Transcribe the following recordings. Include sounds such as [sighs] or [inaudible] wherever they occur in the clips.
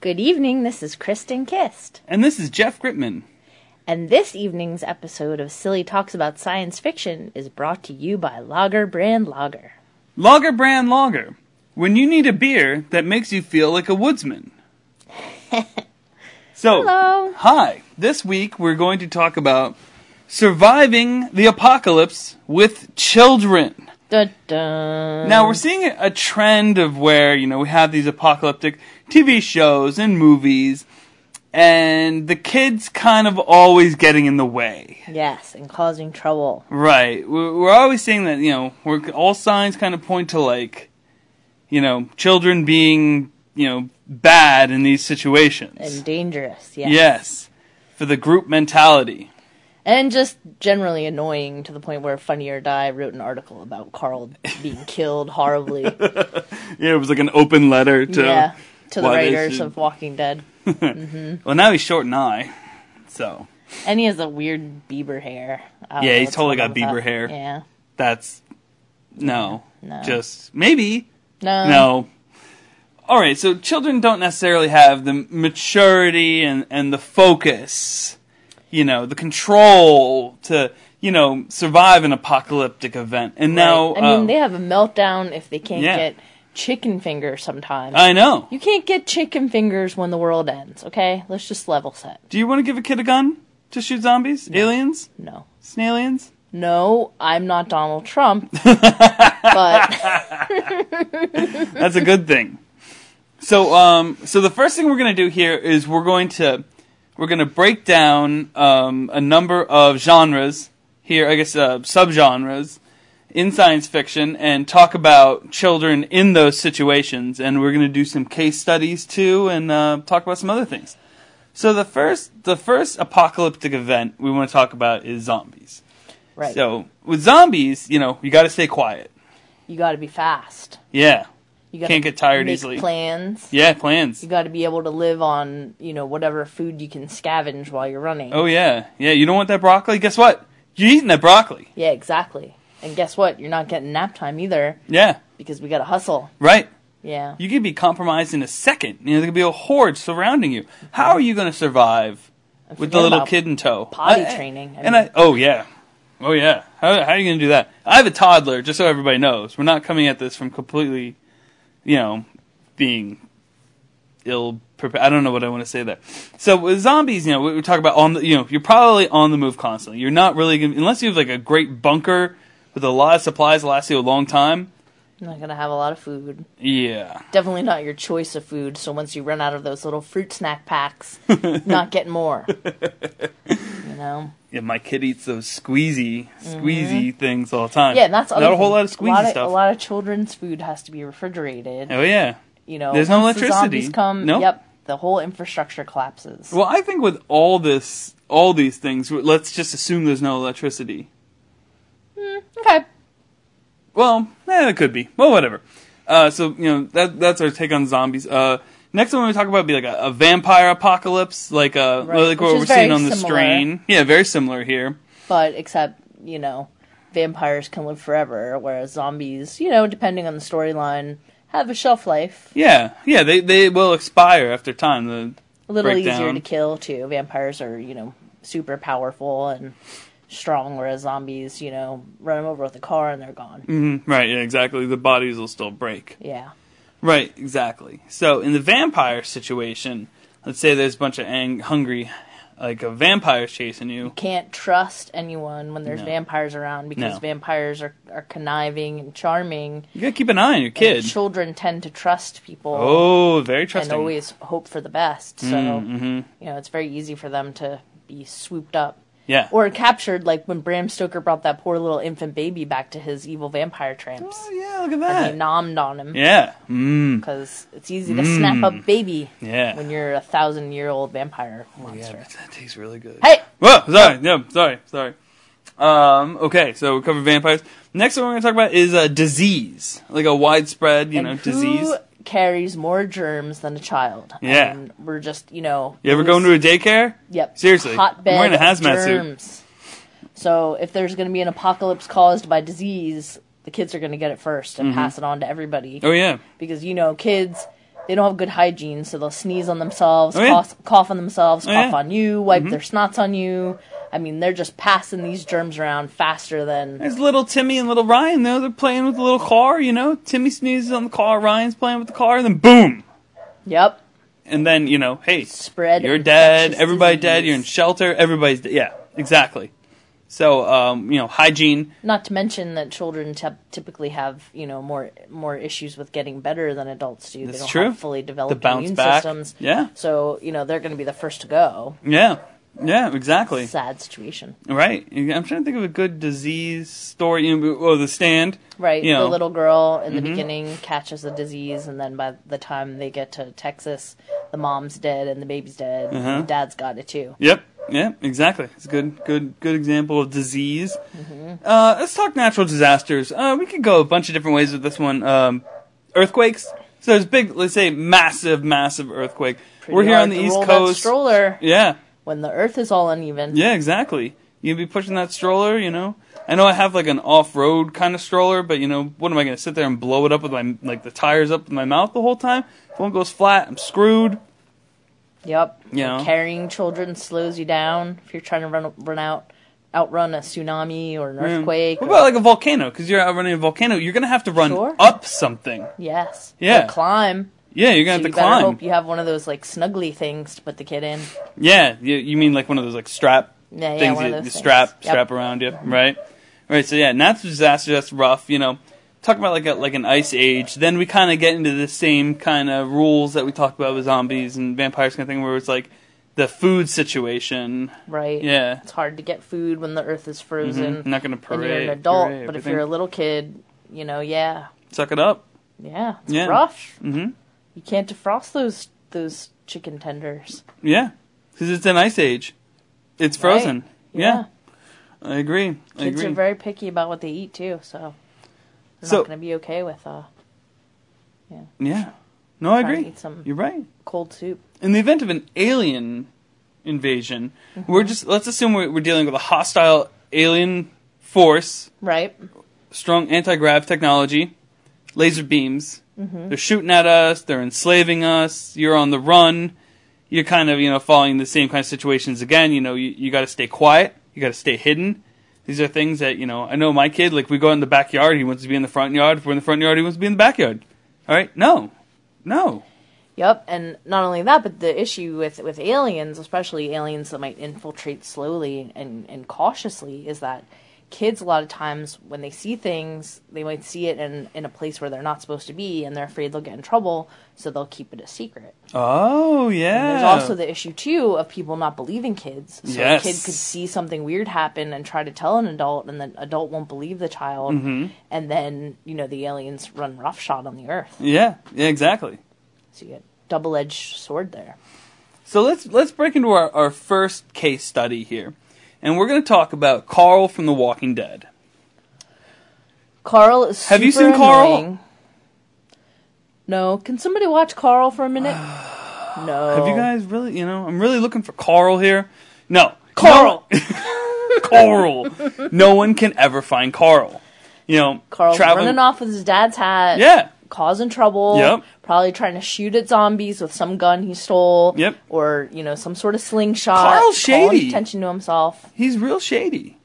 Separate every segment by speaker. Speaker 1: Good evening, this is Kristen Kist.
Speaker 2: And this is Jeff Gritman.
Speaker 1: And this evening's episode of Silly Talks About Science Fiction is brought to you by Lager Brand Lager.
Speaker 2: Lager brand lager. When you need a beer that makes you feel like a woodsman. so,
Speaker 1: Hello.
Speaker 2: hi. This week we're going to talk about surviving the apocalypse with children.
Speaker 1: Dun dun.
Speaker 2: Now we're seeing a- a trend of where you know we have these apocalyptic TV shows and movies, and the kids kind of always getting in the way,
Speaker 1: Yes, and causing trouble.
Speaker 2: right? We're we're always seeing that you know we're, all signs kind of point to like, you know, children being you know bad in these situations.
Speaker 1: And dangerous, yes.
Speaker 2: yes, for the group mentality.
Speaker 1: And just generally annoying to the point where Funny or Die wrote an article about Carl
Speaker 2: [laughs]
Speaker 1: being killed horribly.
Speaker 2: Yeah, it was like an open letter to
Speaker 1: yeah. To the
Speaker 2: why they
Speaker 1: writers
Speaker 2: should-
Speaker 1: of Walking Dead.
Speaker 2: Well, now he's short and I, so
Speaker 1: And he has a weird Bieber hair. I don't
Speaker 2: Yeah,
Speaker 1: know
Speaker 2: he's
Speaker 1: what's
Speaker 2: totally
Speaker 1: going
Speaker 2: got
Speaker 1: on
Speaker 2: Bieber
Speaker 1: with that.
Speaker 2: hair.
Speaker 1: Yeah.
Speaker 2: that's no,
Speaker 1: No.
Speaker 2: just maybe
Speaker 1: No.
Speaker 2: no. All right, so children don't necessarily have the maturity and, and the focus, you know, the control to, you know, survive an apocalyptic event. And now,
Speaker 1: Right. I mean,
Speaker 2: uh,
Speaker 1: they have a meltdown if they can't
Speaker 2: Yeah. Uh,
Speaker 1: get chicken fingers sometimes.
Speaker 2: I know.
Speaker 1: you can't get chicken fingers when the world ends, okay? Let's just level set.
Speaker 2: Do you want to give a kid a gun to shoot zombies, aliens,
Speaker 1: No.
Speaker 2: snailians?
Speaker 1: No, I'm not Donald
Speaker 2: [laughs]
Speaker 1: Trump. but
Speaker 2: That's a good thing. So, um, so the first thing we're gonna do here is we're going to we're gonna break down um, a number of genres here, I guess uh, subgenres in science fiction, and talk about children in those situations, and we're gonna do some case studies too, and uh, talk about some other things. So the first the first apocalyptic event we want to talk about is zombies.
Speaker 1: right.
Speaker 2: So with zombies, you know, you got to stay quiet.
Speaker 1: You got to be fast.
Speaker 2: Yeah,
Speaker 1: You got
Speaker 2: Can't get tired
Speaker 1: make
Speaker 2: easily.
Speaker 1: Plans.
Speaker 2: yeah, plans.
Speaker 1: You got to be able to live on, you know, whatever food you can scavenge while you're running.
Speaker 2: Oh yeah, yeah. You don't want that broccoli? Guess what? You're eating that broccoli.
Speaker 1: Yeah, exactly. And guess what? You're not getting nap time either
Speaker 2: Yeah,
Speaker 1: because we got to hustle.
Speaker 2: right.
Speaker 1: Yeah.
Speaker 2: You could be compromised in a second. You know, there could be a horde surrounding you. How are you going to survive with the
Speaker 1: forget
Speaker 2: little
Speaker 1: about
Speaker 2: kid in tow?
Speaker 1: potty
Speaker 2: I- I-
Speaker 1: training. I
Speaker 2: and
Speaker 1: mean-
Speaker 2: I, oh yeah, oh yeah. How, how are you going to do that? I have a toddler, just so everybody knows. We're not coming at this from completely, you know, being ill prepared. I don't know what I want to say there. So with zombies, you know, we, we talk about on the, you know, you're probably on the move constantly. You're not really gonna, unless you have like a great bunker with a lot of supplies that lasts you a long time.
Speaker 1: You're not going to have a lot of food.
Speaker 2: Yeah,
Speaker 1: definitely not your choice of food. So once you run out of those little fruit snack
Speaker 2: [laughs]
Speaker 1: packs, not get more. you know,
Speaker 2: yeah. My kid eats those squeezy, squeezy things all the time.
Speaker 1: Mm-hmm. yeah, and that's
Speaker 2: not
Speaker 1: other
Speaker 2: a whole
Speaker 1: thing.
Speaker 2: lot of squeezy
Speaker 1: a lot of,
Speaker 2: stuff.
Speaker 1: A lot of children's food has to be refrigerated.
Speaker 2: oh yeah.
Speaker 1: You know,
Speaker 2: There's no
Speaker 1: once the
Speaker 2: electricity.
Speaker 1: zombies come.
Speaker 2: Nope.
Speaker 1: Yep, the whole infrastructure collapses.
Speaker 2: Well, I think with all this, all these things, w- let's just assume there's no electricity.
Speaker 1: okay,
Speaker 2: Well, eh, it could be. Well, whatever. Uh, so you know that that's our take on zombies. Uh, next one we talk about would be like a, a vampire apocalypse, like uh,
Speaker 1: Right,
Speaker 2: like what
Speaker 1: which
Speaker 2: we're
Speaker 1: is very
Speaker 2: seeing on the
Speaker 1: similar.
Speaker 2: screen. Yeah, very similar here.
Speaker 1: but except you know, vampires can live forever, whereas zombies, you know, depending on the storyline, have a shelf life.
Speaker 2: Yeah, yeah, they they will expire after time. The
Speaker 1: a little
Speaker 2: break
Speaker 1: easier
Speaker 2: down.
Speaker 1: to kill too. Vampires are, you know, super powerful and strong, whereas zombies, you know, run them over with a car and they're gone.
Speaker 2: Mhm, right, yeah, exactly. The bodies will still break.
Speaker 1: Yeah,
Speaker 2: Right, exactly. So in the vampire situation, let's say there's a bunch of ang- hungry, like a vampires chasing you.
Speaker 1: can't trust anyone when there's
Speaker 2: No.
Speaker 1: vampires around because
Speaker 2: No.
Speaker 1: vampires are are conniving and charming.
Speaker 2: You gotta keep an eye on your
Speaker 1: and
Speaker 2: kid.
Speaker 1: children tend to trust people.
Speaker 2: Oh, very trusting. Mm, mm-hmm.
Speaker 1: And always hope for the best. So, you know, it's very easy for them to be swooped up
Speaker 2: yeah.
Speaker 1: or captured, like when Bram Stoker brought that poor little infant baby back to his evil vampire tramps.
Speaker 2: oh, yeah, look at
Speaker 1: And
Speaker 2: that.
Speaker 1: he nommed on him.
Speaker 2: yeah. Mm,
Speaker 1: because it's easy to snap up baby
Speaker 2: yeah.
Speaker 1: when you're a thousand year old vampire
Speaker 2: yeah,
Speaker 1: monster.
Speaker 2: that, that tastes really good.
Speaker 1: Hey,
Speaker 2: Whoa, sorry. No, sorry, sorry. Um, okay, so we covered vampires. Next one we're gonna talk about is a disease, like a widespread, you
Speaker 1: and
Speaker 2: know,
Speaker 1: who
Speaker 2: disease.
Speaker 1: carries more germs than a child?
Speaker 2: Yeah.
Speaker 1: and we're just you know.
Speaker 2: You ever go into a daycare?
Speaker 1: yep
Speaker 2: Seriously, I'm
Speaker 1: hotbed
Speaker 2: wearing a hazmat
Speaker 1: of
Speaker 2: suit.
Speaker 1: germs. So if there's going to be an apocalypse caused by
Speaker 2: Mm-hmm.
Speaker 1: disease, the kids are going to get it first and pass it on to everybody
Speaker 2: Oh yeah,
Speaker 1: because you know kids. they don't have good hygiene, so they'll sneeze on themselves,
Speaker 2: Oh, yeah.
Speaker 1: cough, cough on themselves,
Speaker 2: Oh,
Speaker 1: cough
Speaker 2: yeah.
Speaker 1: on you, wipe their snots on you. I mean, they're just passing these germs around faster than
Speaker 2: There's little Timmy and little Ryan though. They're playing with the little car, you know. Timmy sneezes on the car, Ryan's playing with the car, and then boom.
Speaker 1: yep
Speaker 2: And then, you know, hey,
Speaker 1: spread.
Speaker 2: you're dead,
Speaker 1: infectious
Speaker 2: everybody
Speaker 1: disease.
Speaker 2: dead, you're in shelter, everybody's dead. Yeah, exactly. So, um, you know, hygiene.
Speaker 1: Not to mention that children t- typically have you know more more issues with getting better than adults do. they
Speaker 2: That's
Speaker 1: don't
Speaker 2: true.
Speaker 1: have fully
Speaker 2: The
Speaker 1: developed
Speaker 2: bounce
Speaker 1: immune
Speaker 2: back.
Speaker 1: systems.
Speaker 2: Yeah,
Speaker 1: So you know they're going to be the first to go.
Speaker 2: yeah, yeah, exactly.
Speaker 1: Sad situation,
Speaker 2: Right. I'm trying to think of a good disease story. You know, oh, the stand.
Speaker 1: right?
Speaker 2: You know. Mm-hmm.
Speaker 1: The little girl in the beginning catches the disease, and then by the time they get to Texas, the mom's dead and the baby's dead.
Speaker 2: Uh-huh.
Speaker 1: And the dad's got it too.
Speaker 2: Yep. Yep. Exactly. It's a good, good, good example of disease.
Speaker 1: Mm-hmm.
Speaker 2: Uh, let's talk natural disasters. Uh, we could go a bunch of different ways with this one. Um, earthquakes. So there's big, let's say, massive, massive earthquake. We're
Speaker 1: Pretty
Speaker 2: here
Speaker 1: hard
Speaker 2: on the
Speaker 1: to
Speaker 2: East
Speaker 1: roll that
Speaker 2: Coast.
Speaker 1: stroller
Speaker 2: Yeah.
Speaker 1: when the earth is all uneven.
Speaker 2: Yeah. Exactly. You'd be pushing that stroller. You know. I know I have like an off-road kind of stroller, but you know, what am I going to sit there and blow it up with my like the tires up with my mouth the whole time? If one goes flat, I'm screwed.
Speaker 1: Yep.
Speaker 2: You know.
Speaker 1: Carrying children slows you down if you're trying to run run out outrun a tsunami or an
Speaker 2: Yeah.
Speaker 1: earthquake.
Speaker 2: What
Speaker 1: or-
Speaker 2: about like a volcano? Because you're out running a volcano, you're gonna have to run
Speaker 1: Sure.
Speaker 2: up something.
Speaker 1: yes.
Speaker 2: Yeah.
Speaker 1: Or climb.
Speaker 2: Yeah,
Speaker 1: So
Speaker 2: you're gonna
Speaker 1: you
Speaker 2: have to
Speaker 1: better
Speaker 2: climb.
Speaker 1: hope you have one of those like snuggly things to put the kid in.
Speaker 2: Yeah, you, you mean like one of those like strap
Speaker 1: Yeah, yeah,
Speaker 2: things
Speaker 1: one
Speaker 2: you,
Speaker 1: of those
Speaker 2: you
Speaker 1: things.
Speaker 2: strap
Speaker 1: Yep.
Speaker 2: strap around you, right? Right. So yeah, natural disaster that's rough. You know, talk about like a, like an ice age. Then we kind of get into the same kind of rules that we talked about with zombies and vampires kind of thing, where it's like the food situation.
Speaker 1: Right.
Speaker 2: Yeah, Mm-hmm.
Speaker 1: It's hard to get food when the earth is frozen.
Speaker 2: not gonna
Speaker 1: When
Speaker 2: parade.
Speaker 1: you're an adult,
Speaker 2: parade
Speaker 1: but if
Speaker 2: everything.
Speaker 1: you're a little kid, you know, yeah.
Speaker 2: suck it up.
Speaker 1: Yeah. It's
Speaker 2: Yeah.
Speaker 1: rough.
Speaker 2: hmm
Speaker 1: You can't defrost those those chicken tenders.
Speaker 2: Yeah, because it's an ice age. It's frozen. Yeah. I agree. I
Speaker 1: Kids
Speaker 2: agree.
Speaker 1: are very picky about what they eat too, so they're
Speaker 2: So-
Speaker 1: not gonna be okay with uh
Speaker 2: yeah. No, I
Speaker 1: trying to
Speaker 2: agree.
Speaker 1: eat some-
Speaker 2: You're right.
Speaker 1: cold soup.
Speaker 2: In the event of an alien invasion,
Speaker 1: Mm-hmm.
Speaker 2: we're just let's assume we're, we're dealing with a hostile alien force,
Speaker 1: Right.
Speaker 2: strong anti-grav technology, laser beams.
Speaker 1: Mm-hmm.
Speaker 2: They're shooting at us. They're enslaving us. You're on the run. You're kind of you know following the same kind of situations again. You know you, you got to stay quiet. You got to stay hidden. These are things that you know. I know my kid. Like we go in the backyard. He wants to be in the front yard. If we're in the front yard, he wants to be in the backyard. All right? No, no.
Speaker 1: Yep, and not only that, but the issue with, with aliens, especially aliens that might infiltrate slowly and, and cautiously, is that kids a lot of times when they see things, they might see it in, in a place where they're not supposed to be and they're afraid they'll get in trouble, so they'll keep it a secret.
Speaker 2: Oh yeah.
Speaker 1: There's also the issue too of people not believing kids. So
Speaker 2: Yes.
Speaker 1: a kid could see something weird happen and try to tell an adult and the adult won't believe the child
Speaker 2: Mm-hmm.
Speaker 1: and then, you know, the aliens run roughshod on the earth.
Speaker 2: Yeah, yeah, exactly.
Speaker 1: So you get double edged sword there.
Speaker 2: So let's let's break into our, our first case study here. And we're gonna talk about Carl from The Walking Dead.
Speaker 1: Carl is.
Speaker 2: Have you
Speaker 1: super
Speaker 2: seen Carl?
Speaker 1: annoying. No. Can somebody watch Carl for a
Speaker 2: [sighs]
Speaker 1: minute? no.
Speaker 2: Have you guys really you know, I'm really looking for Carl here. No. [laughs]
Speaker 1: Carl!
Speaker 2: No- Carl. No one [laughs] can ever find Carl. You know
Speaker 1: Carl's
Speaker 2: traveling-
Speaker 1: running off with his dad's hat.
Speaker 2: Yeah.
Speaker 1: Causing trouble.
Speaker 2: Yep.
Speaker 1: Probably trying to shoot at zombies with some gun he stole.
Speaker 2: Yep.
Speaker 1: Or you know some sort of slingshot.
Speaker 2: Carl's
Speaker 1: calling
Speaker 2: shady.
Speaker 1: attention to himself.
Speaker 2: He's real shady.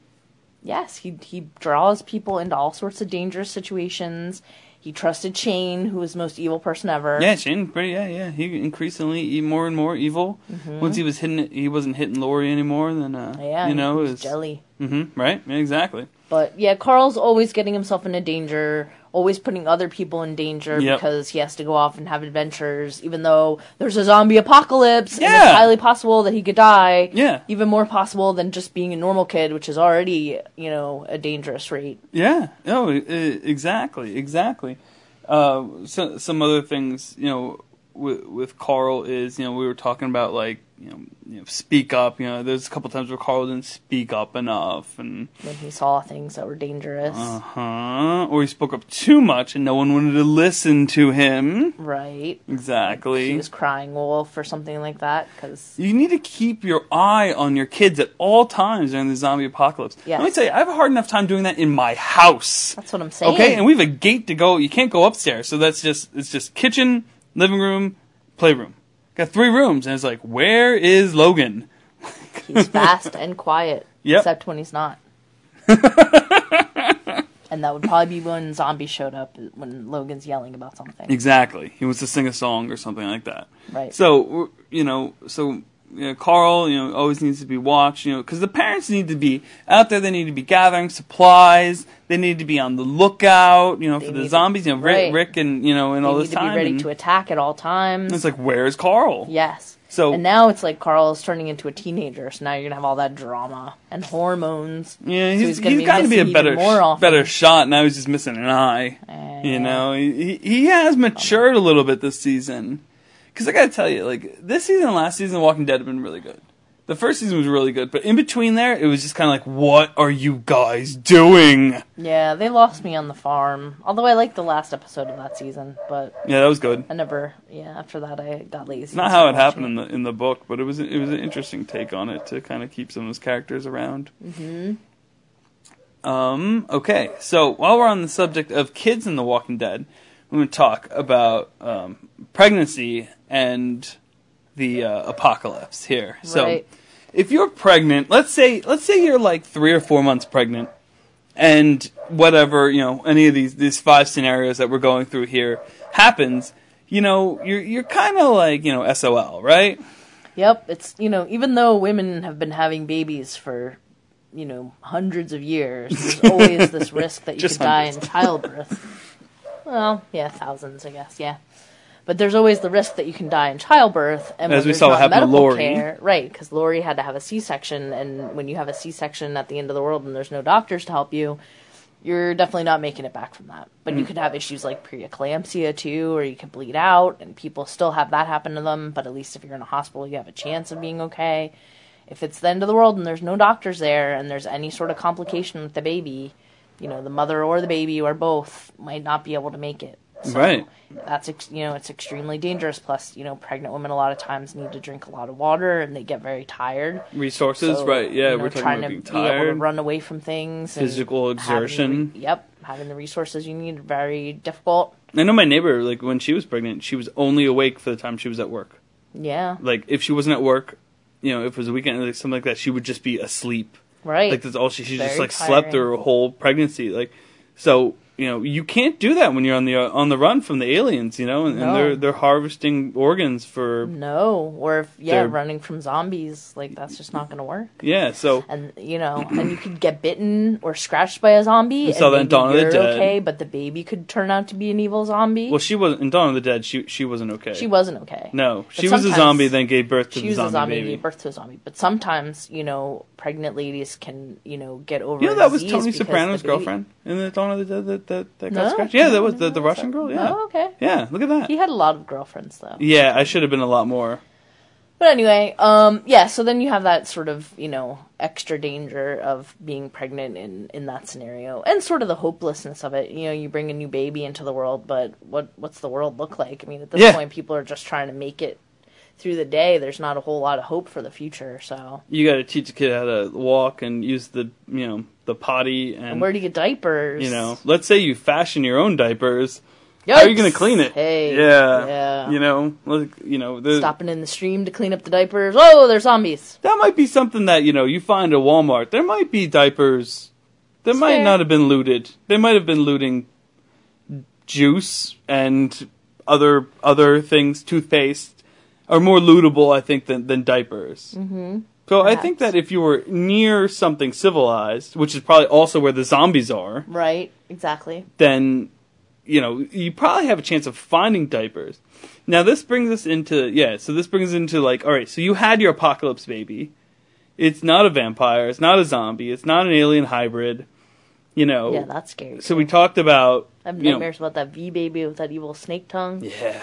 Speaker 1: Yes, he he draws people into all sorts of dangerous situations. He trusted Shane, who was the most evil person ever.
Speaker 2: Yeah, Shane pretty yeah, yeah. He increasingly e- more and more evil. Once he was hitting he wasn't hitting Lori anymore, then uh
Speaker 1: Mm-hmm. Yeah.
Speaker 2: you
Speaker 1: he
Speaker 2: know,
Speaker 1: was
Speaker 2: it was
Speaker 1: jelly.
Speaker 2: Mm-hmm, right? Yeah, exactly.
Speaker 1: But yeah, Carl's always getting himself into danger, always putting other people in danger
Speaker 2: Yep.
Speaker 1: because he has to go off and have adventures, even though there's a zombie apocalypse and
Speaker 2: Yeah.
Speaker 1: it's highly possible that he could die.
Speaker 2: Yeah.
Speaker 1: Even more possible than just being a normal kid, which is already, you know, a dangerous rate.
Speaker 2: Yeah. No. e- e- exactly. Exactly. Uh, so, some other things, you know, with, with Carl is, you know, we were talking about like, you know, you know, speak up. You know, there's a couple times where Carl didn't speak up enough, and
Speaker 1: When he saw things that were dangerous.
Speaker 2: uh
Speaker 1: Uh-huh.
Speaker 2: huh, or he spoke up too much, and no one wanted to listen to him.
Speaker 1: Right.
Speaker 2: Exactly.
Speaker 1: He was crying wolf or something like that because
Speaker 2: You need to keep your eye on your kids at all times during the zombie apocalypse.
Speaker 1: Yes.
Speaker 2: Let me tell you, I have a hard enough time doing that in my house.
Speaker 1: that's what I'm saying.
Speaker 2: Okay, and we have a gate to go. You can't go upstairs, so that's just it's just kitchen, living room, playroom. Got three rooms, and it's like, where is Logan? [laughs]
Speaker 1: He's fast and quiet,
Speaker 2: Yep.
Speaker 1: except when he's
Speaker 2: [laughs]
Speaker 1: not. and that would probably be when zombies showed up, when Logan's yelling about something.
Speaker 2: Exactly. He wants to sing a song or something like that.
Speaker 1: Right.
Speaker 2: So we're- you know, so you know, Carl, you know, always needs to be watched. You know, because the parents need to be out there. They need to be gathering supplies. They need to be on the lookout. You know, for
Speaker 1: They
Speaker 2: the
Speaker 1: need-
Speaker 2: zombies. You know, Rick,
Speaker 1: right.
Speaker 2: Rick and you know, and
Speaker 1: They
Speaker 2: all
Speaker 1: need
Speaker 2: this
Speaker 1: to
Speaker 2: time.
Speaker 1: be ready
Speaker 2: and
Speaker 1: to attack at all times.
Speaker 2: it's like, where's Carl?
Speaker 1: Yes.
Speaker 2: So-
Speaker 1: and now it's like Carl's turning into a teenager, so now you're gonna have all that drama and hormones.
Speaker 2: Yeah,
Speaker 1: So
Speaker 2: he's,
Speaker 1: he's gonna
Speaker 2: he's
Speaker 1: be
Speaker 2: got to be a
Speaker 1: missing even
Speaker 2: better
Speaker 1: more often.
Speaker 2: better shot. Now he's just missing an eye. You know, he, he- he has matured a little bit this season. Because I got to tell you, like, this season and last season, Walking Dead have been really good. The first season was really good, but in between there, it was just kind of like, what are you guys doing?
Speaker 1: Yeah, they lost me on the farm. Although I liked the last episode of that season, but
Speaker 2: Yeah, that was good.
Speaker 1: I never. Yeah, after that I got lazy.
Speaker 2: It's not how it happened in the in the book, but it was it was an interesting take on it to kind of keep some of those characters around. Mm-hmm. Um. Okay. So while we're on the subject of kids in The Walking Dead, we're going to talk about um, pregnancy and the uh, apocalypse here. So
Speaker 1: Right.
Speaker 2: if you're pregnant, let's say let's say you're like three or four months pregnant, and whatever you know, any of these these five scenarios that we're going through here happens, you know, you're you're kind of like you know, SOL, right?
Speaker 1: Yep, it's you know even though women have been having babies for you know hundreds of years, there's always this risk that you
Speaker 2: Just
Speaker 1: could die in childbirth. well, yeah, thousands, I guess, yeah. But there's always the risk that you can die in childbirth, and when
Speaker 2: As we
Speaker 1: there's
Speaker 2: saw
Speaker 1: not
Speaker 2: happen to
Speaker 1: medical
Speaker 2: Lori.
Speaker 1: care, right? Because Lori had to have a C-section, and when you have a C-section at the end of the world and there's no doctors to help you, you're definitely not making it back from that. But you
Speaker 2: Mm.
Speaker 1: could have issues like preeclampsia too, or you could bleed out, and people still have that happen to them. But at least if you're in a hospital, you have a chance of being okay. If it's the end of the world and there's no doctors there, and there's any sort of complication with the baby, you know, the mother or the baby or both might not be able to make it. So
Speaker 2: Right.
Speaker 1: That's ex- you know it's extremely dangerous. Plus, you know, pregnant women a lot of times need to drink a lot of water, and they get very tired.
Speaker 2: Resources,
Speaker 1: So,
Speaker 2: right? Yeah,
Speaker 1: you know,
Speaker 2: we're talking
Speaker 1: trying
Speaker 2: about
Speaker 1: to
Speaker 2: being
Speaker 1: Be able to
Speaker 2: tired.
Speaker 1: run away from things. and
Speaker 2: Physical
Speaker 1: having the re-
Speaker 2: exertion.
Speaker 1: yep, having the resources you need very difficult.
Speaker 2: I know my neighbor, like when she was pregnant, she was only awake for the time she was at work.
Speaker 1: Yeah,
Speaker 2: Like if she wasn't at work, you know, if it was a weekend or like, something like that, she would just be asleep.
Speaker 1: right.
Speaker 2: Like that's all she she just
Speaker 1: Very
Speaker 2: like slept
Speaker 1: tiring.
Speaker 2: through her whole pregnancy. Like so, you know, you can't do that when you're on the uh, on the run from the aliens, you know, and,
Speaker 1: No. Mm-hmm.
Speaker 2: and they're they're harvesting organs for
Speaker 1: no, or if yeah,
Speaker 2: They're-
Speaker 1: running from zombies like that's just not going to work.
Speaker 2: yeah. So
Speaker 1: And you know, and you could get bitten or scratched by a zombie.
Speaker 2: saw
Speaker 1: and
Speaker 2: that in
Speaker 1: maybe
Speaker 2: Dawn of the
Speaker 1: you're
Speaker 2: Dead.
Speaker 1: Okay, but the baby could turn out to be an evil zombie.
Speaker 2: well, she wasn't in Dawn of the Dead. She she wasn't okay.
Speaker 1: she wasn't okay.
Speaker 2: no,
Speaker 1: But
Speaker 2: she was a
Speaker 1: sometimes-
Speaker 2: zombie. Then gave birth to
Speaker 1: she
Speaker 2: the
Speaker 1: was
Speaker 2: zombie,
Speaker 1: a zombie and
Speaker 2: baby.
Speaker 1: gave birth to a zombie. But sometimes, you know, pregnant ladies can, you know, get over.
Speaker 2: You know
Speaker 1: a
Speaker 2: that was
Speaker 1: disease
Speaker 2: Tony
Speaker 1: because the
Speaker 2: Soprano's
Speaker 1: baby-
Speaker 2: girlfriend in the Dawn of the Dead that that, that got
Speaker 1: No?
Speaker 2: scratched. Yeah, that was the, the Russian girl. Yeah,
Speaker 1: Oh, okay.
Speaker 2: yeah. Look at that.
Speaker 1: He had a lot of girlfriends though.
Speaker 2: Yeah, I should have been a lot more.
Speaker 1: But anyway, um, yeah. So then you have that sort of, you know, extra danger of being pregnant in in that scenario, and sort of the hopelessness of it. You know, you bring a new baby into the world, but what what's the world look like? I mean, at this
Speaker 2: Yeah.
Speaker 1: point, people are just trying to make it through the day. There's not a whole lot of hope for the future. So,
Speaker 2: You got to teach a kid how to walk and use the you know the potty and
Speaker 1: where do you get diapers?
Speaker 2: Mm. You know, let's say you fashion your own diapers.
Speaker 1: Yikes.
Speaker 2: How are you going to clean it?
Speaker 1: Hey,
Speaker 2: yeah,
Speaker 1: yeah.
Speaker 2: You know, like, you know, the,
Speaker 1: stopping in the stream to clean up the diapers. Oh, they're zombies.
Speaker 2: that might be something that you know you find at Walmart. There might be diapers. They might
Speaker 1: fair.
Speaker 2: not have been looted. They might have been looting juice and other other things. Toothpaste are more lootable, I think, than than diapers. Mm-hmm. So I think
Speaker 1: Perhaps.
Speaker 2: that if you were near something civilized, which is probably also where the zombies are,
Speaker 1: Right, exactly.
Speaker 2: then you know you probably have a chance of finding diapers. Now this brings us into yeah, so this brings into like all right, so you had your apocalypse baby. It's not a vampire, it's not a zombie, it's not an alien hybrid. You know.
Speaker 1: Yeah, that's scary.
Speaker 2: Oh. so we talked about
Speaker 1: I have
Speaker 2: you know,
Speaker 1: nightmares about that V baby with that evil snake tongue.
Speaker 2: yeah.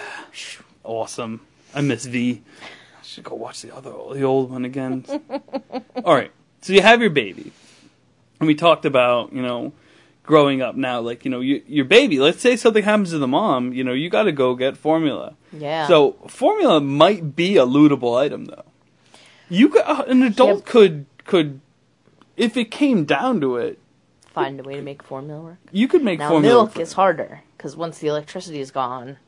Speaker 2: Awesome. I miss V. I should go watch the other the old one again. [laughs] All right. So you have your baby. And we talked about, you know, growing up now like, you know, you, your baby, let's say something happens to the mom, you know, you got to go get formula.
Speaker 1: Yeah.
Speaker 2: So formula might be a lootable item though. You could, uh, an adult
Speaker 1: Yep.
Speaker 2: could could if it came down to it,
Speaker 1: Find a way to make formula work.
Speaker 2: you could make
Speaker 1: Now
Speaker 2: formula
Speaker 1: milk
Speaker 2: for-
Speaker 1: is harder because once the electricity is gone,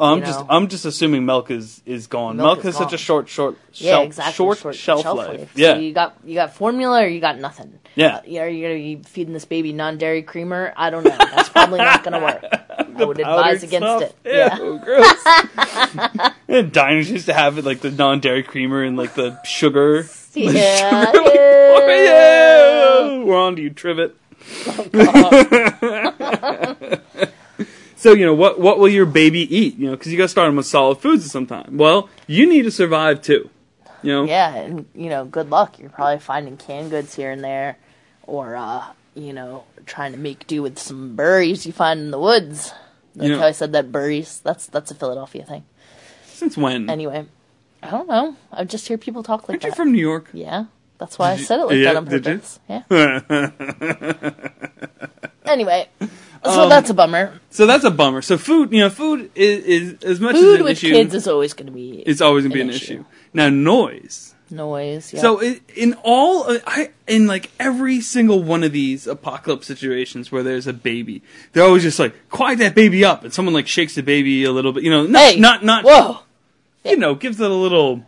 Speaker 2: Oh, I'm
Speaker 1: you
Speaker 2: just
Speaker 1: know.
Speaker 2: I'm just assuming milk is is gone.
Speaker 1: Milk
Speaker 2: Milk,
Speaker 1: is
Speaker 2: has such a
Speaker 1: gone.
Speaker 2: short short
Speaker 1: Yeah,
Speaker 2: shelf,
Speaker 1: exactly.
Speaker 2: short, shelf, life. Yeah,
Speaker 1: So you got you got formula or you got nothing.
Speaker 2: Yeah.
Speaker 1: Uh, are you gonna be feeding this baby non dairy creamer? I don't know. That's probably not gonna
Speaker 2: [laughs]
Speaker 1: work. I would advise
Speaker 2: powdered
Speaker 1: against
Speaker 2: stuff.
Speaker 1: it.
Speaker 2: Ew, Oh, gross. [laughs] and diners used to have it like the non-dairy creamer and like the sugar. [laughs] The
Speaker 1: Yeah,
Speaker 2: sugar, like,
Speaker 1: ew.
Speaker 2: ew. We're on to you, Trivet. [laughs] so you know what? What will your baby eat? You know, because you got to start them with solid foods at some time. Well, you need to survive too. You know,
Speaker 1: Yeah, and you know, good luck. You're probably finding canned goods here and there, or uh, you know, trying to make do with some berries you find in the woods. Like
Speaker 2: You know-
Speaker 1: how I said that berries. That's that's a Philadelphia thing.
Speaker 2: since when?
Speaker 1: Anyway, I don't know. I just hear people talk like
Speaker 2: Aren't you
Speaker 1: that.
Speaker 2: from New York?
Speaker 1: yeah, that's why I
Speaker 2: you-
Speaker 1: said it like
Speaker 2: yeah,
Speaker 1: that on
Speaker 2: did you?
Speaker 1: purpose. Yeah.
Speaker 2: [laughs]
Speaker 1: anyway, so
Speaker 2: Um,
Speaker 1: that's a bummer.
Speaker 2: So that's a bummer. So food, you know, food is, is as much as
Speaker 1: Food
Speaker 2: an
Speaker 1: with
Speaker 2: issue.
Speaker 1: kids is always going to be
Speaker 2: it's always gonna be
Speaker 1: an
Speaker 2: an
Speaker 1: issue.
Speaker 2: issue. Now noise.
Speaker 1: noise. Yeah.
Speaker 2: So i in all, uh, I in like every single one of these apocalypse situations where there's a baby, they're always just like quiet that baby up, and someone like shakes the baby a little bit, you know, not
Speaker 1: hey,
Speaker 2: not not
Speaker 1: whoa,
Speaker 2: you know, gives it a little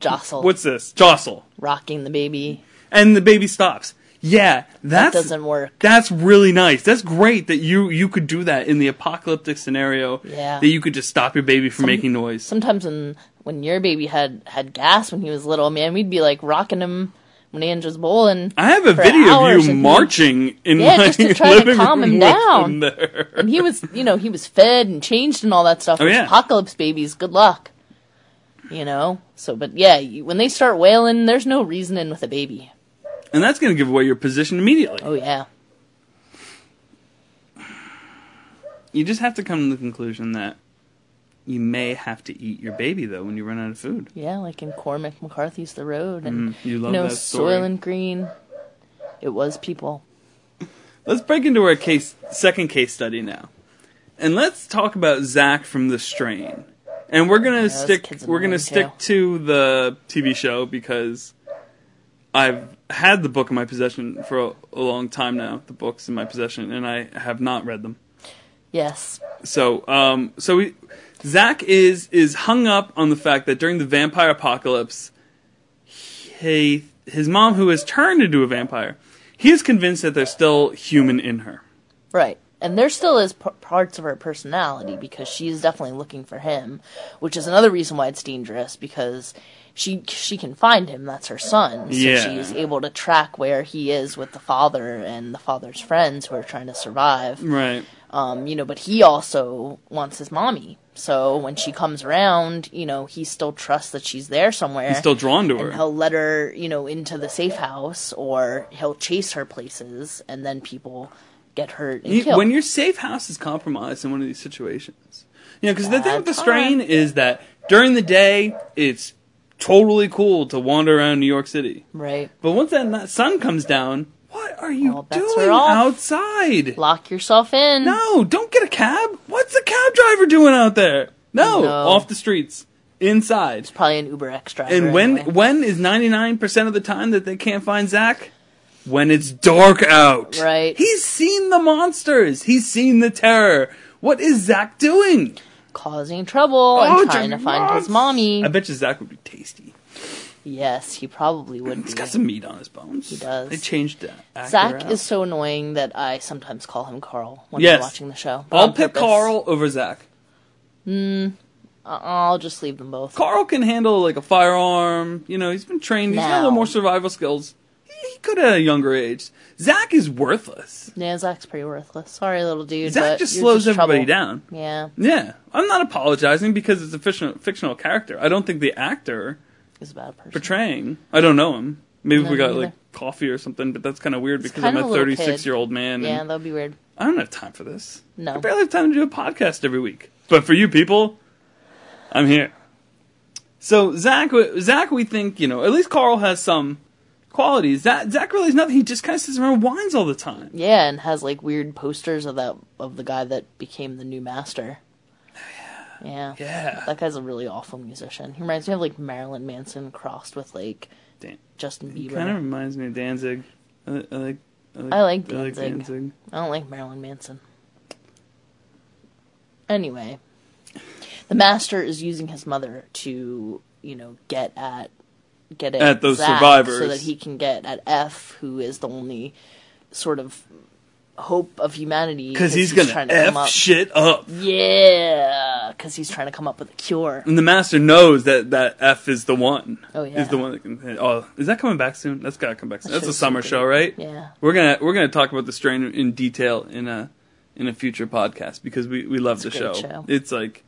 Speaker 1: jostle,
Speaker 2: what's this jostle,
Speaker 1: rocking the baby.
Speaker 2: and the baby stops. Yeah, that's,
Speaker 1: doesn't work.
Speaker 2: That's really nice. That's great that you you could do that in the apocalyptic scenario.
Speaker 1: Yeah.
Speaker 2: that you could just stop your baby from making noise.
Speaker 1: sometimes when when your baby had had gas when he was little, man, we'd be like rocking him when Andrew's bowling,
Speaker 2: I have a
Speaker 1: for
Speaker 2: video
Speaker 1: hours
Speaker 2: of you
Speaker 1: and he-
Speaker 2: marching in
Speaker 1: Yeah,
Speaker 2: my
Speaker 1: just
Speaker 2: [laughs]
Speaker 1: to try to
Speaker 2: living
Speaker 1: calm
Speaker 2: room
Speaker 1: him
Speaker 2: with
Speaker 1: down.
Speaker 2: him there.
Speaker 1: and he was you know he was fed and changed and all that stuff.
Speaker 2: Oh,
Speaker 1: Those
Speaker 2: yeah.
Speaker 1: apocalypse babies, good luck, you know. So, but yeah, you, when they start wailing, there's no reasoning with a baby.
Speaker 2: And that's going to give away your position immediately.
Speaker 1: Oh yeah,
Speaker 2: You just have to come to the conclusion that you may have to eat your baby, though, when you run out of food.
Speaker 1: yeah, like in Cormac McCarthy's The Road and
Speaker 2: Mm, you love
Speaker 1: know
Speaker 2: that story.
Speaker 1: Soil and Green. It was people.
Speaker 2: Let's break into our case, second case study now. And let's talk about Zach from The Strain. And we're gonna
Speaker 1: those
Speaker 2: stick.
Speaker 1: kids are
Speaker 2: We're gonna
Speaker 1: annoying,
Speaker 2: stick to the TV show because I've had the book in my possession for a, a long time now. The books in my possession, and I have not read them.
Speaker 1: Yes,
Speaker 2: So, um, so we, Zach is is hung up on the fact that during the vampire apocalypse, he, his mom, who has turned into a vampire, he is convinced that there's still human in her.
Speaker 1: Right. And there still is p- parts of her personality because she is definitely looking for him, which is another reason why it's dangerous because she she can find him. That's her son, so
Speaker 2: Yeah.
Speaker 1: she's able to track where he is with the father and the father's friends who are trying to survive.
Speaker 2: Right.
Speaker 1: Um, you know, but he also wants his mommy. So when she comes around, you know, he still trusts that she's there somewhere.
Speaker 2: He's still drawn to her.
Speaker 1: and he'll let her, you know, into the safe house, or he'll chase her places, and then people get hurt and
Speaker 2: You-
Speaker 1: killed.
Speaker 2: when your safe house is compromised in one of these situations. You know, because the thing
Speaker 1: Bad
Speaker 2: with the
Speaker 1: time.
Speaker 2: strain is that during the day, it's totally cool to wander around New York City.
Speaker 1: Right.
Speaker 2: But once that, that sun comes down, what are you
Speaker 1: All bets are
Speaker 2: doing
Speaker 1: off.
Speaker 2: outside?
Speaker 1: Lock yourself in.
Speaker 2: No, don't get a cab. What's a cab driver doing out there? No,
Speaker 1: No.
Speaker 2: off the streets, inside.
Speaker 1: Probably an Uber X driver.
Speaker 2: And when
Speaker 1: anyway.
Speaker 2: when is ninety nine percent of the time that they can't find Zach? When it's dark out.
Speaker 1: Right.
Speaker 2: He's seen the monsters. He's seen the terror. What is Zach doing?
Speaker 1: causing trouble
Speaker 2: Oh,
Speaker 1: and trying to
Speaker 2: just
Speaker 1: find his
Speaker 2: nuts.
Speaker 1: mommy.
Speaker 2: I bet you Zach would be tasty.
Speaker 1: yes, he probably would
Speaker 2: He's
Speaker 1: be.
Speaker 2: got some meat on his bones. He
Speaker 1: does.
Speaker 2: They changed that. actor
Speaker 1: Zach
Speaker 2: out.
Speaker 1: is so annoying that I sometimes call him Carl when
Speaker 2: Yes.
Speaker 1: I'm watching the show. but
Speaker 2: I'll
Speaker 1: on
Speaker 2: pick
Speaker 1: purpose.
Speaker 2: Carl over Zach.
Speaker 1: I- I'll just leave them both.
Speaker 2: Carl can handle like a firearm. You know, he's been trained. He's got a little
Speaker 1: Now.
Speaker 2: more survival skills. He, he could at a younger age. Zach is worthless.
Speaker 1: yeah, Zach's pretty worthless. Sorry, little dude.
Speaker 2: Zach
Speaker 1: but
Speaker 2: just
Speaker 1: you're
Speaker 2: slows
Speaker 1: just
Speaker 2: everybody
Speaker 1: trouble.
Speaker 2: down.
Speaker 1: Yeah,
Speaker 2: Yeah, I'm not apologizing because it's a fictional, fictional character. I don't think the actor
Speaker 1: he's a bad person.
Speaker 2: portraying. I don't know him. Maybe
Speaker 1: No,
Speaker 2: we got
Speaker 1: me
Speaker 2: like coffee or something, but that's kind of weird because I'm
Speaker 1: kind
Speaker 2: a
Speaker 1: of a little
Speaker 2: 36
Speaker 1: kid.
Speaker 2: year old man.
Speaker 1: yeah,
Speaker 2: and
Speaker 1: that would be weird.
Speaker 2: I don't have time for this.
Speaker 1: No.
Speaker 2: I barely have time to do a podcast every week. But for you people, I'm here. So Zach, Zach, we think you know. At least Carl has some qualities. Zach, Zach really is nothing. He just kind of sits around and whines all the time.
Speaker 1: Yeah, and has like weird posters of that of the guy that became the new master. Yeah.
Speaker 2: Oh, Yeah.
Speaker 1: That guy's a really awful musician. He reminds me of like Marilyn Manson crossed with like
Speaker 2: Dan-
Speaker 1: Justin Bieber.
Speaker 2: kind of reminds me of Danzig. I, li- I like.
Speaker 1: I like
Speaker 2: I like
Speaker 1: Danzig.
Speaker 2: Danzig.
Speaker 1: I don't like Marilyn Manson. Anyway, the master is using his mother to you know get at get at,
Speaker 2: At those
Speaker 1: Zack so
Speaker 2: survivors.
Speaker 1: that he can get at F, who is the only sort of hope of humanity
Speaker 2: Because he's, gonna f shit up,
Speaker 1: Yeah, because he's trying to come up with a cure.
Speaker 2: and the master knows that that f is the one.
Speaker 1: Oh, yeah.
Speaker 2: is the one that can. Oh, is that coming back soon? That's gotta come back soon.
Speaker 1: That
Speaker 2: That's a
Speaker 1: show's
Speaker 2: summer
Speaker 1: so good.
Speaker 2: show, right?
Speaker 1: Yeah.
Speaker 2: We're gonna we're gonna talk about the strain in detail in a in a future podcast because we we love
Speaker 1: It's
Speaker 2: the
Speaker 1: a
Speaker 2: show.
Speaker 1: great show.
Speaker 2: It's like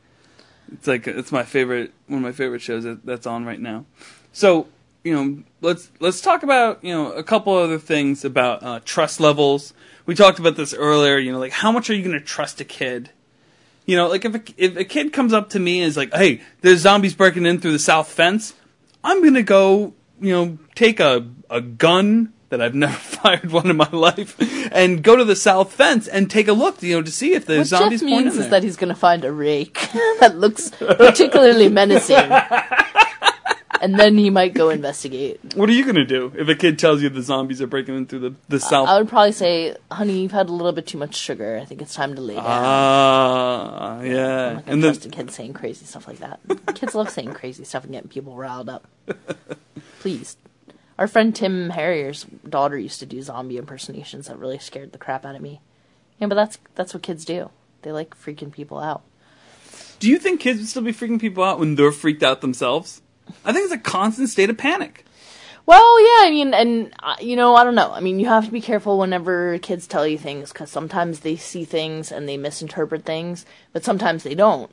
Speaker 2: it's like it's my favorite one of my favorite shows that, that's on right now. So you know let's let's talk about you know a couple other things about uh, trust levels. We talked about this earlier. You know like how much are you gonna trust a kid? You know like if a, if a kid comes up to me and is like, hey, there's zombies breaking in through the south fence. I'm gonna go, you know, take a a gun that I've [laughs] never fired one in my life, and go to the south fence and take a look, you know, to see if the
Speaker 1: What
Speaker 2: zombies
Speaker 1: Jeff
Speaker 2: point
Speaker 1: means
Speaker 2: in
Speaker 1: is
Speaker 2: there.
Speaker 1: that he's going to find a rake [laughs] that looks particularly
Speaker 2: [laughs]
Speaker 1: menacing, and then he might go investigate.
Speaker 2: What are you gonna do if a kid tells you the zombies are breaking in through the
Speaker 1: Uh,
Speaker 2: the south?
Speaker 1: I would probably say, "Honey, you've had a little bit too much sugar. I think it's time to lay down."
Speaker 2: Ah,
Speaker 1: I'm
Speaker 2: yeah,
Speaker 1: not gonna
Speaker 2: Uh, and
Speaker 1: trust
Speaker 2: then
Speaker 1: a kid saying crazy stuff like that. Kids love saying crazy stuff and getting people riled
Speaker 2: [laughs]
Speaker 1: up. Please. Our friend Tim Harrier's daughter used to do zombie impersonations that really scared the crap out of me. Yeah, but that's that's what kids do. They like freaking people out.
Speaker 2: do you think kids would still be freaking people out when they're freaked out themselves? I think it's a constant state of panic.
Speaker 1: Well, yeah, I mean, and uh, you know, I don't know. I mean, you have to be careful whenever kids tell you things because sometimes they see things and they misinterpret things, but sometimes they don't.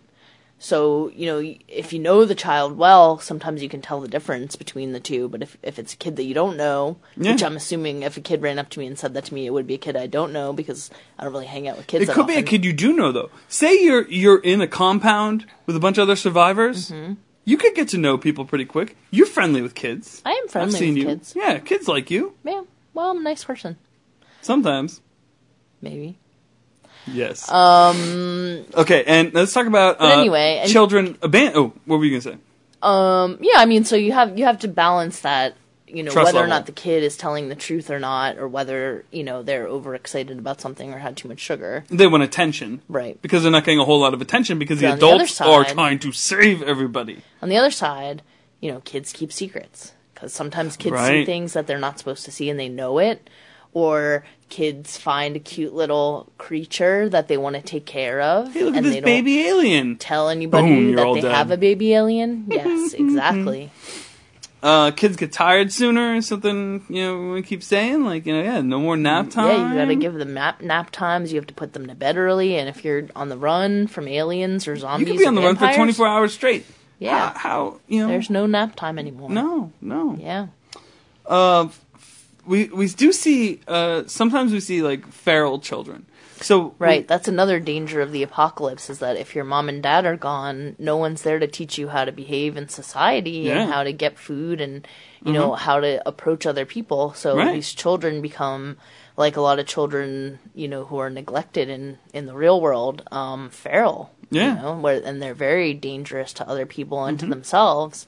Speaker 1: So, you know, y- if you know the child well, sometimes you can tell the difference between the two. But if if it's a kid that you don't know, which
Speaker 2: Yeah.
Speaker 1: I'm assuming if a kid ran up to me and said that to me, it would be a kid I don't know because I don't really hang out with kids.
Speaker 2: It
Speaker 1: that
Speaker 2: could be a
Speaker 1: often.
Speaker 2: kid you do know though. Say you're you're in a compound with a bunch of other survivors.
Speaker 1: Mm-hmm.
Speaker 2: You could get to know people pretty quick. You're friendly with kids.
Speaker 1: I am friendly
Speaker 2: I've seen
Speaker 1: with
Speaker 2: you.
Speaker 1: kids.
Speaker 2: Yeah, kids like you
Speaker 1: Yeah, well, I'm a nice person,
Speaker 2: sometimes.
Speaker 1: maybe.
Speaker 2: Yes. Um. Okay, and let's talk about uh,
Speaker 1: anyway, and-
Speaker 2: children. Aban- oh, what were you gonna say?
Speaker 1: um yeah i mean so you have you have to balance that you know
Speaker 2: Trust
Speaker 1: whether or
Speaker 2: level.
Speaker 1: not the kid is telling the truth or not or whether you know they're overexcited about something or had too much sugar
Speaker 2: They want attention,
Speaker 1: Right.
Speaker 2: Because they're not getting a whole lot of attention because the
Speaker 1: on the other
Speaker 2: adults are
Speaker 1: side-
Speaker 2: trying to save everybody.
Speaker 1: on the other side you know kids keep secrets because sometimes kids see
Speaker 2: Right.
Speaker 1: things that they're not supposed to see and they know it or kids find a cute little creature that they want to take care of
Speaker 2: Hey, look
Speaker 1: and
Speaker 2: at
Speaker 1: they
Speaker 2: this baby alien.
Speaker 1: don't tell anybody
Speaker 2: Boom, you're
Speaker 1: that
Speaker 2: all
Speaker 1: they
Speaker 2: dead.
Speaker 1: have a baby alien
Speaker 2: [laughs]
Speaker 1: yes exactly
Speaker 2: Uh, kids get tired sooner. is Something you know we keep saying like you know yeah no more nap time.
Speaker 1: Yeah, you gotta give them nap, nap times. You have to put them to bed early, and if you're on the run from aliens or
Speaker 2: You
Speaker 1: zombies,
Speaker 2: could be
Speaker 1: or
Speaker 2: on the run for
Speaker 1: vampires,
Speaker 2: 24 hours straight.
Speaker 1: Yeah.
Speaker 2: How, how you know?
Speaker 1: There's no nap time anymore.
Speaker 2: no, no.
Speaker 1: Yeah.
Speaker 2: Uh, we we do see uh, sometimes we see like feral children. So
Speaker 1: Right. That's another danger of the apocalypse is that if your mom and dad are gone, no one's there to teach you how to behave in society
Speaker 2: Yeah. Mm-hmm.
Speaker 1: and how to get food and you know how to approach other people. So
Speaker 2: Right.
Speaker 1: these children become like a lot of children, you know, who are neglected in in the real world, um, feral.
Speaker 2: Yeah. Mm-hmm.
Speaker 1: You know, where and they're very dangerous to other people and to themselves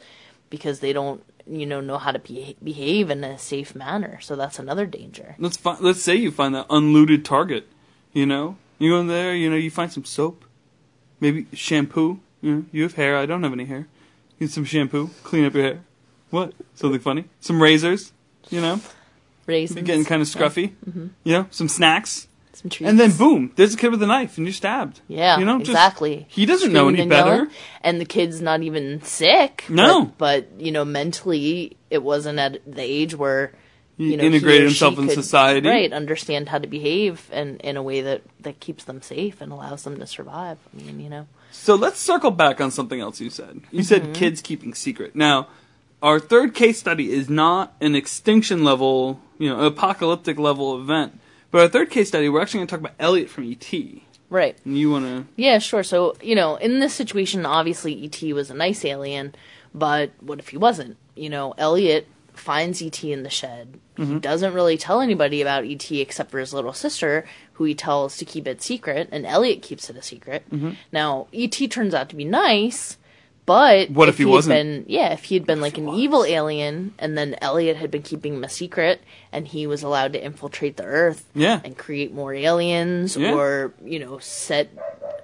Speaker 1: because they don't you know know how to be- behave in a safe manner. So that's another danger.
Speaker 2: Let's fi- let's say you find that unlooted target. You know, you go in there. You know, you find some soap, maybe shampoo. You know, you have hair. I don't have any hair. Get some shampoo. Clean up your hair. What? Something funny? Some razors. You know,
Speaker 1: Raisins,
Speaker 2: you're getting kind of scruffy.
Speaker 1: Mm-hmm.
Speaker 2: You know, some snacks.
Speaker 1: some treats.
Speaker 2: And then boom, there's a kid with a knife, and you're stabbed.
Speaker 1: Yeah,
Speaker 2: you know, just-
Speaker 1: exactly.
Speaker 2: he doesn't know
Speaker 1: Screaming
Speaker 2: any
Speaker 1: vanilla,
Speaker 2: better.
Speaker 1: and the kid's not even sick.
Speaker 2: No.
Speaker 1: but, but, you know, mentally, it wasn't at the age where you know he
Speaker 2: integrated
Speaker 1: or she
Speaker 2: himself in
Speaker 1: could,
Speaker 2: society.
Speaker 1: right? Understand how to behave and in a way that that keeps them safe and allows them to survive. I mean, you know,
Speaker 2: So let's circle back on something else you said. You said kids keeping secret. Now, our third case study is not an extinction level, you know, apocalyptic level event. But our third case study, we're actually going to talk about Elliot from ET. And
Speaker 1: right?
Speaker 2: you want to?
Speaker 1: Yeah, sure. So, you know, in this situation, obviously E.T. was a nice alien, but what if he wasn't? You know, Elliot finds E.T. in the shed.
Speaker 2: Mm-hmm.
Speaker 1: He doesn't really tell anybody about E.T. except for his little sister, who he tells to keep it secret, and Elliot keeps it a secret.
Speaker 2: Mm-hmm.
Speaker 1: Now, E.T. turns out to be nice, but
Speaker 2: What if he
Speaker 1: had
Speaker 2: wasn't?
Speaker 1: Been, yeah, if he had been like an evil alien, and then Elliot had been keeping him a secret, and he was allowed to infiltrate the Earth [laughs]
Speaker 2: Yeah.
Speaker 1: and create more aliens
Speaker 2: Yeah.
Speaker 1: or you know set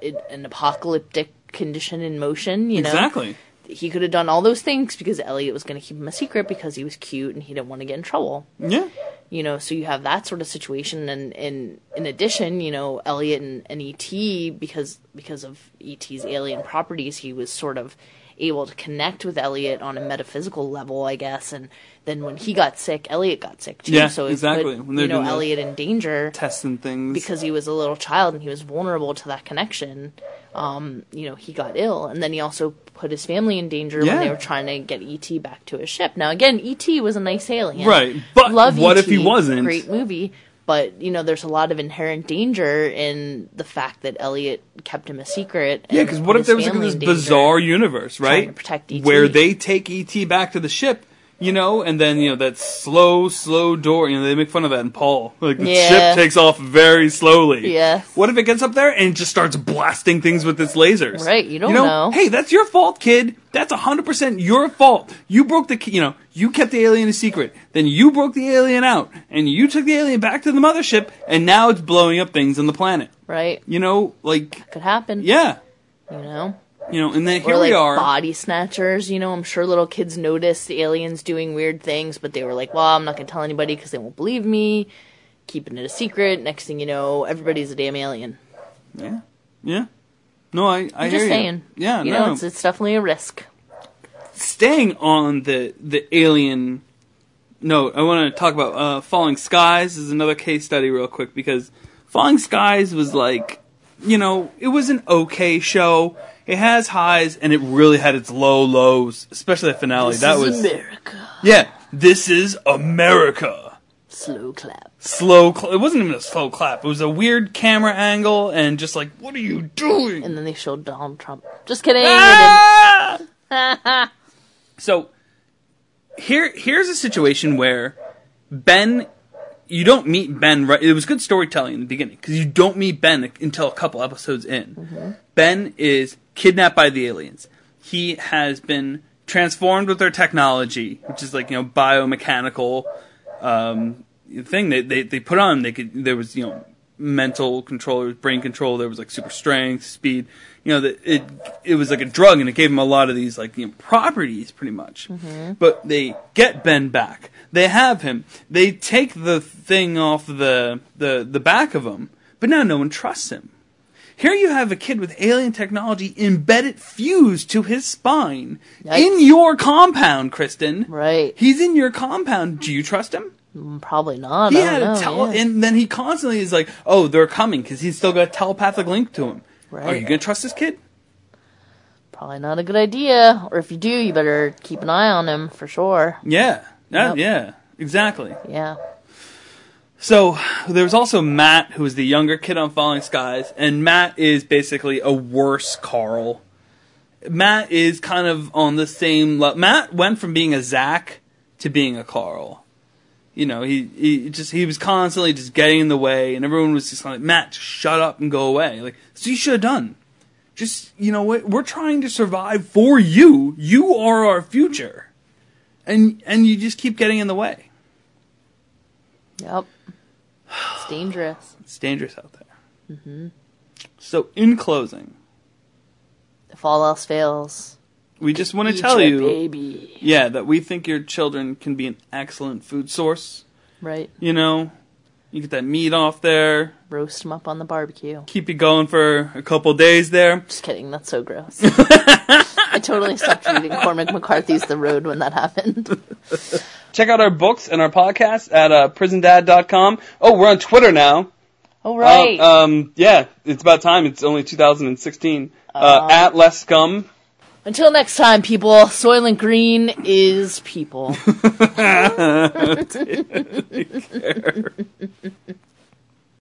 Speaker 1: it, an apocalyptic condition in motion, you know?
Speaker 2: Exactly.
Speaker 1: He could have done all those things because Elliot was going to keep him a secret because he was cute and he didn't want to get in trouble.
Speaker 2: Yeah.
Speaker 1: You know, so you have that sort of situation, and, and in addition, you know, Elliot and, and ET because because of ET's alien properties, he was sort of able to connect with Elliot on a metaphysical level, I guess. And then when he got sick, Elliot got sick too.
Speaker 2: Yeah,
Speaker 1: so it
Speaker 2: exactly.
Speaker 1: put,
Speaker 2: When they're
Speaker 1: you know
Speaker 2: doing the-
Speaker 1: Elliot in danger
Speaker 2: Tests and things.
Speaker 1: because he was a little child and he was vulnerable to that connection, um, you know, he got ill. And then he also put his family in danger when
Speaker 2: Yeah.
Speaker 1: they were trying to get E.T. back to his ship. Now, again, E.T. was a nice alien. E
Speaker 2: Right, but what if he wasn't?
Speaker 1: Great movie. But, you know, there's a lot of inherent danger in the fact that Elliot kept him a secret.
Speaker 2: Yeah,
Speaker 1: and
Speaker 2: because
Speaker 1: put
Speaker 2: what if
Speaker 1: his
Speaker 2: there was like,
Speaker 1: family
Speaker 2: this
Speaker 1: in danger.
Speaker 2: bizarre universe, right?
Speaker 1: to protect E E.T..
Speaker 2: Where they take ET back to the ship, you know, and then you know that slow, slow door. You know, they make fun of that in Paul. Like the
Speaker 1: Yeah.
Speaker 2: ship takes off very slowly.
Speaker 1: Yes.
Speaker 2: What if it gets up there and just starts blasting things with its lasers?
Speaker 1: Right, you don't know.
Speaker 2: Hey, that's your fault, kid. That's hundred percent your fault. You broke the, you know, you kept the alien a secret. Then you broke the alien out, and you took the alien back to the mothership, and now it's blowing up things on the planet.
Speaker 1: Right?
Speaker 2: You know, like
Speaker 1: Could happen.
Speaker 2: yeah.
Speaker 1: You know?
Speaker 2: You know, and then here
Speaker 1: or like
Speaker 2: we are.
Speaker 1: body snatchers. You know, I'm sure little kids noticed the aliens doing weird things, but they were like, "Well, I'm not gonna tell anybody because they won't believe me." Keeping it a secret. Next thing you know, everybody's a damn alien.
Speaker 2: Yeah. Yeah. No, I, I
Speaker 1: I'm
Speaker 2: hear
Speaker 1: just
Speaker 2: you.
Speaker 1: saying.
Speaker 2: Yeah,
Speaker 1: you
Speaker 2: no.
Speaker 1: know, it's, it's definitely a risk.
Speaker 2: Staying on the the alien. No, I want to talk about uh, Falling Skies is another case study real quick because Falling Skies was like, you know, it was an okay show. It has highs and it really had its low lows, especially the finale. that was
Speaker 1: America.
Speaker 2: yeah. This is America.
Speaker 1: Slow clap.
Speaker 2: Slow. Cl- it wasn't even a slow clap. It was a weird camera angle and just like, what are you doing?
Speaker 1: And then they showed Donald Trump. Just kidding. they didn't.
Speaker 2: Ah! so here here's a situation where Ben you don't meet Ben right it was good storytelling in the beginning cuz you don't meet Ben until a couple episodes in. Ben is kidnapped by the aliens. He has been transformed with their technology, which is like, you know, biomechanical um, thing they, they they put on. They could there was you know mental control, there was brain control, there was like super strength, speed. You know that it it was like a drug, and it gave him a lot of these like you know, properties, pretty much.
Speaker 1: Mm-hmm.
Speaker 2: But they get Ben back. They have him. They take the thing off the the the back of him, but now no one trusts him. Here you have a kid with alien technology embedded, fused to his spine in
Speaker 1: Yikes.
Speaker 2: your compound, Kristen.
Speaker 1: Right.
Speaker 2: He's in your compound. Do you trust him?
Speaker 1: Mm, Probably not.
Speaker 2: He
Speaker 1: I
Speaker 2: had
Speaker 1: don't
Speaker 2: a
Speaker 1: know.
Speaker 2: tele-
Speaker 1: yeah.
Speaker 2: and then he constantly is like, "Oh, they're coming," because he's still got a telepathic link to him. Are
Speaker 1: Right.
Speaker 2: you gonna trust this kid?
Speaker 1: Probably not a good idea. Or if you do, you better keep an eye on him for sure.
Speaker 2: Yeah, Yeah,
Speaker 1: Yep.
Speaker 2: yeah, exactly.
Speaker 1: Yeah.
Speaker 2: So there was also Matt, who was the younger kid on Falling Skies, and Matt is basically a worse Carl. Matt is kind of on the same level. Matt went from being a Zach to being a Carl. You know, he, he just he was constantly just getting in the way, and everyone was just like, "Matt, just shut up and go away." Like, so you should have done. Just you know what? We're trying to survive for you. You are our future, and and you just keep getting in the way.
Speaker 1: Yep. It's dangerous.
Speaker 2: It's dangerous out there. So, in closing,
Speaker 1: If all else fails,
Speaker 2: we just want to
Speaker 1: eat
Speaker 2: tell
Speaker 1: your
Speaker 2: you,
Speaker 1: baby.
Speaker 2: yeah, that we think your children can be an excellent food source.
Speaker 1: Right.
Speaker 2: You know, you get that meat off there,
Speaker 1: Roast them up on the barbecue.
Speaker 2: keep you going for a couple days there.
Speaker 1: Just kidding. That's so
Speaker 2: [laughs]
Speaker 1: gross. I totally stopped reading Cormac McCarthy's The Road when that happened.
Speaker 2: Check out our books and our podcast at uh, prisondad.com. Oh, we're on Twitter now.
Speaker 1: All right.
Speaker 2: Uh, um, yeah, it's about time. It's only 2016. Uh, at Less [laughs] Scum.
Speaker 1: Until next time, people. Soylent Green is people.
Speaker 2: Take care.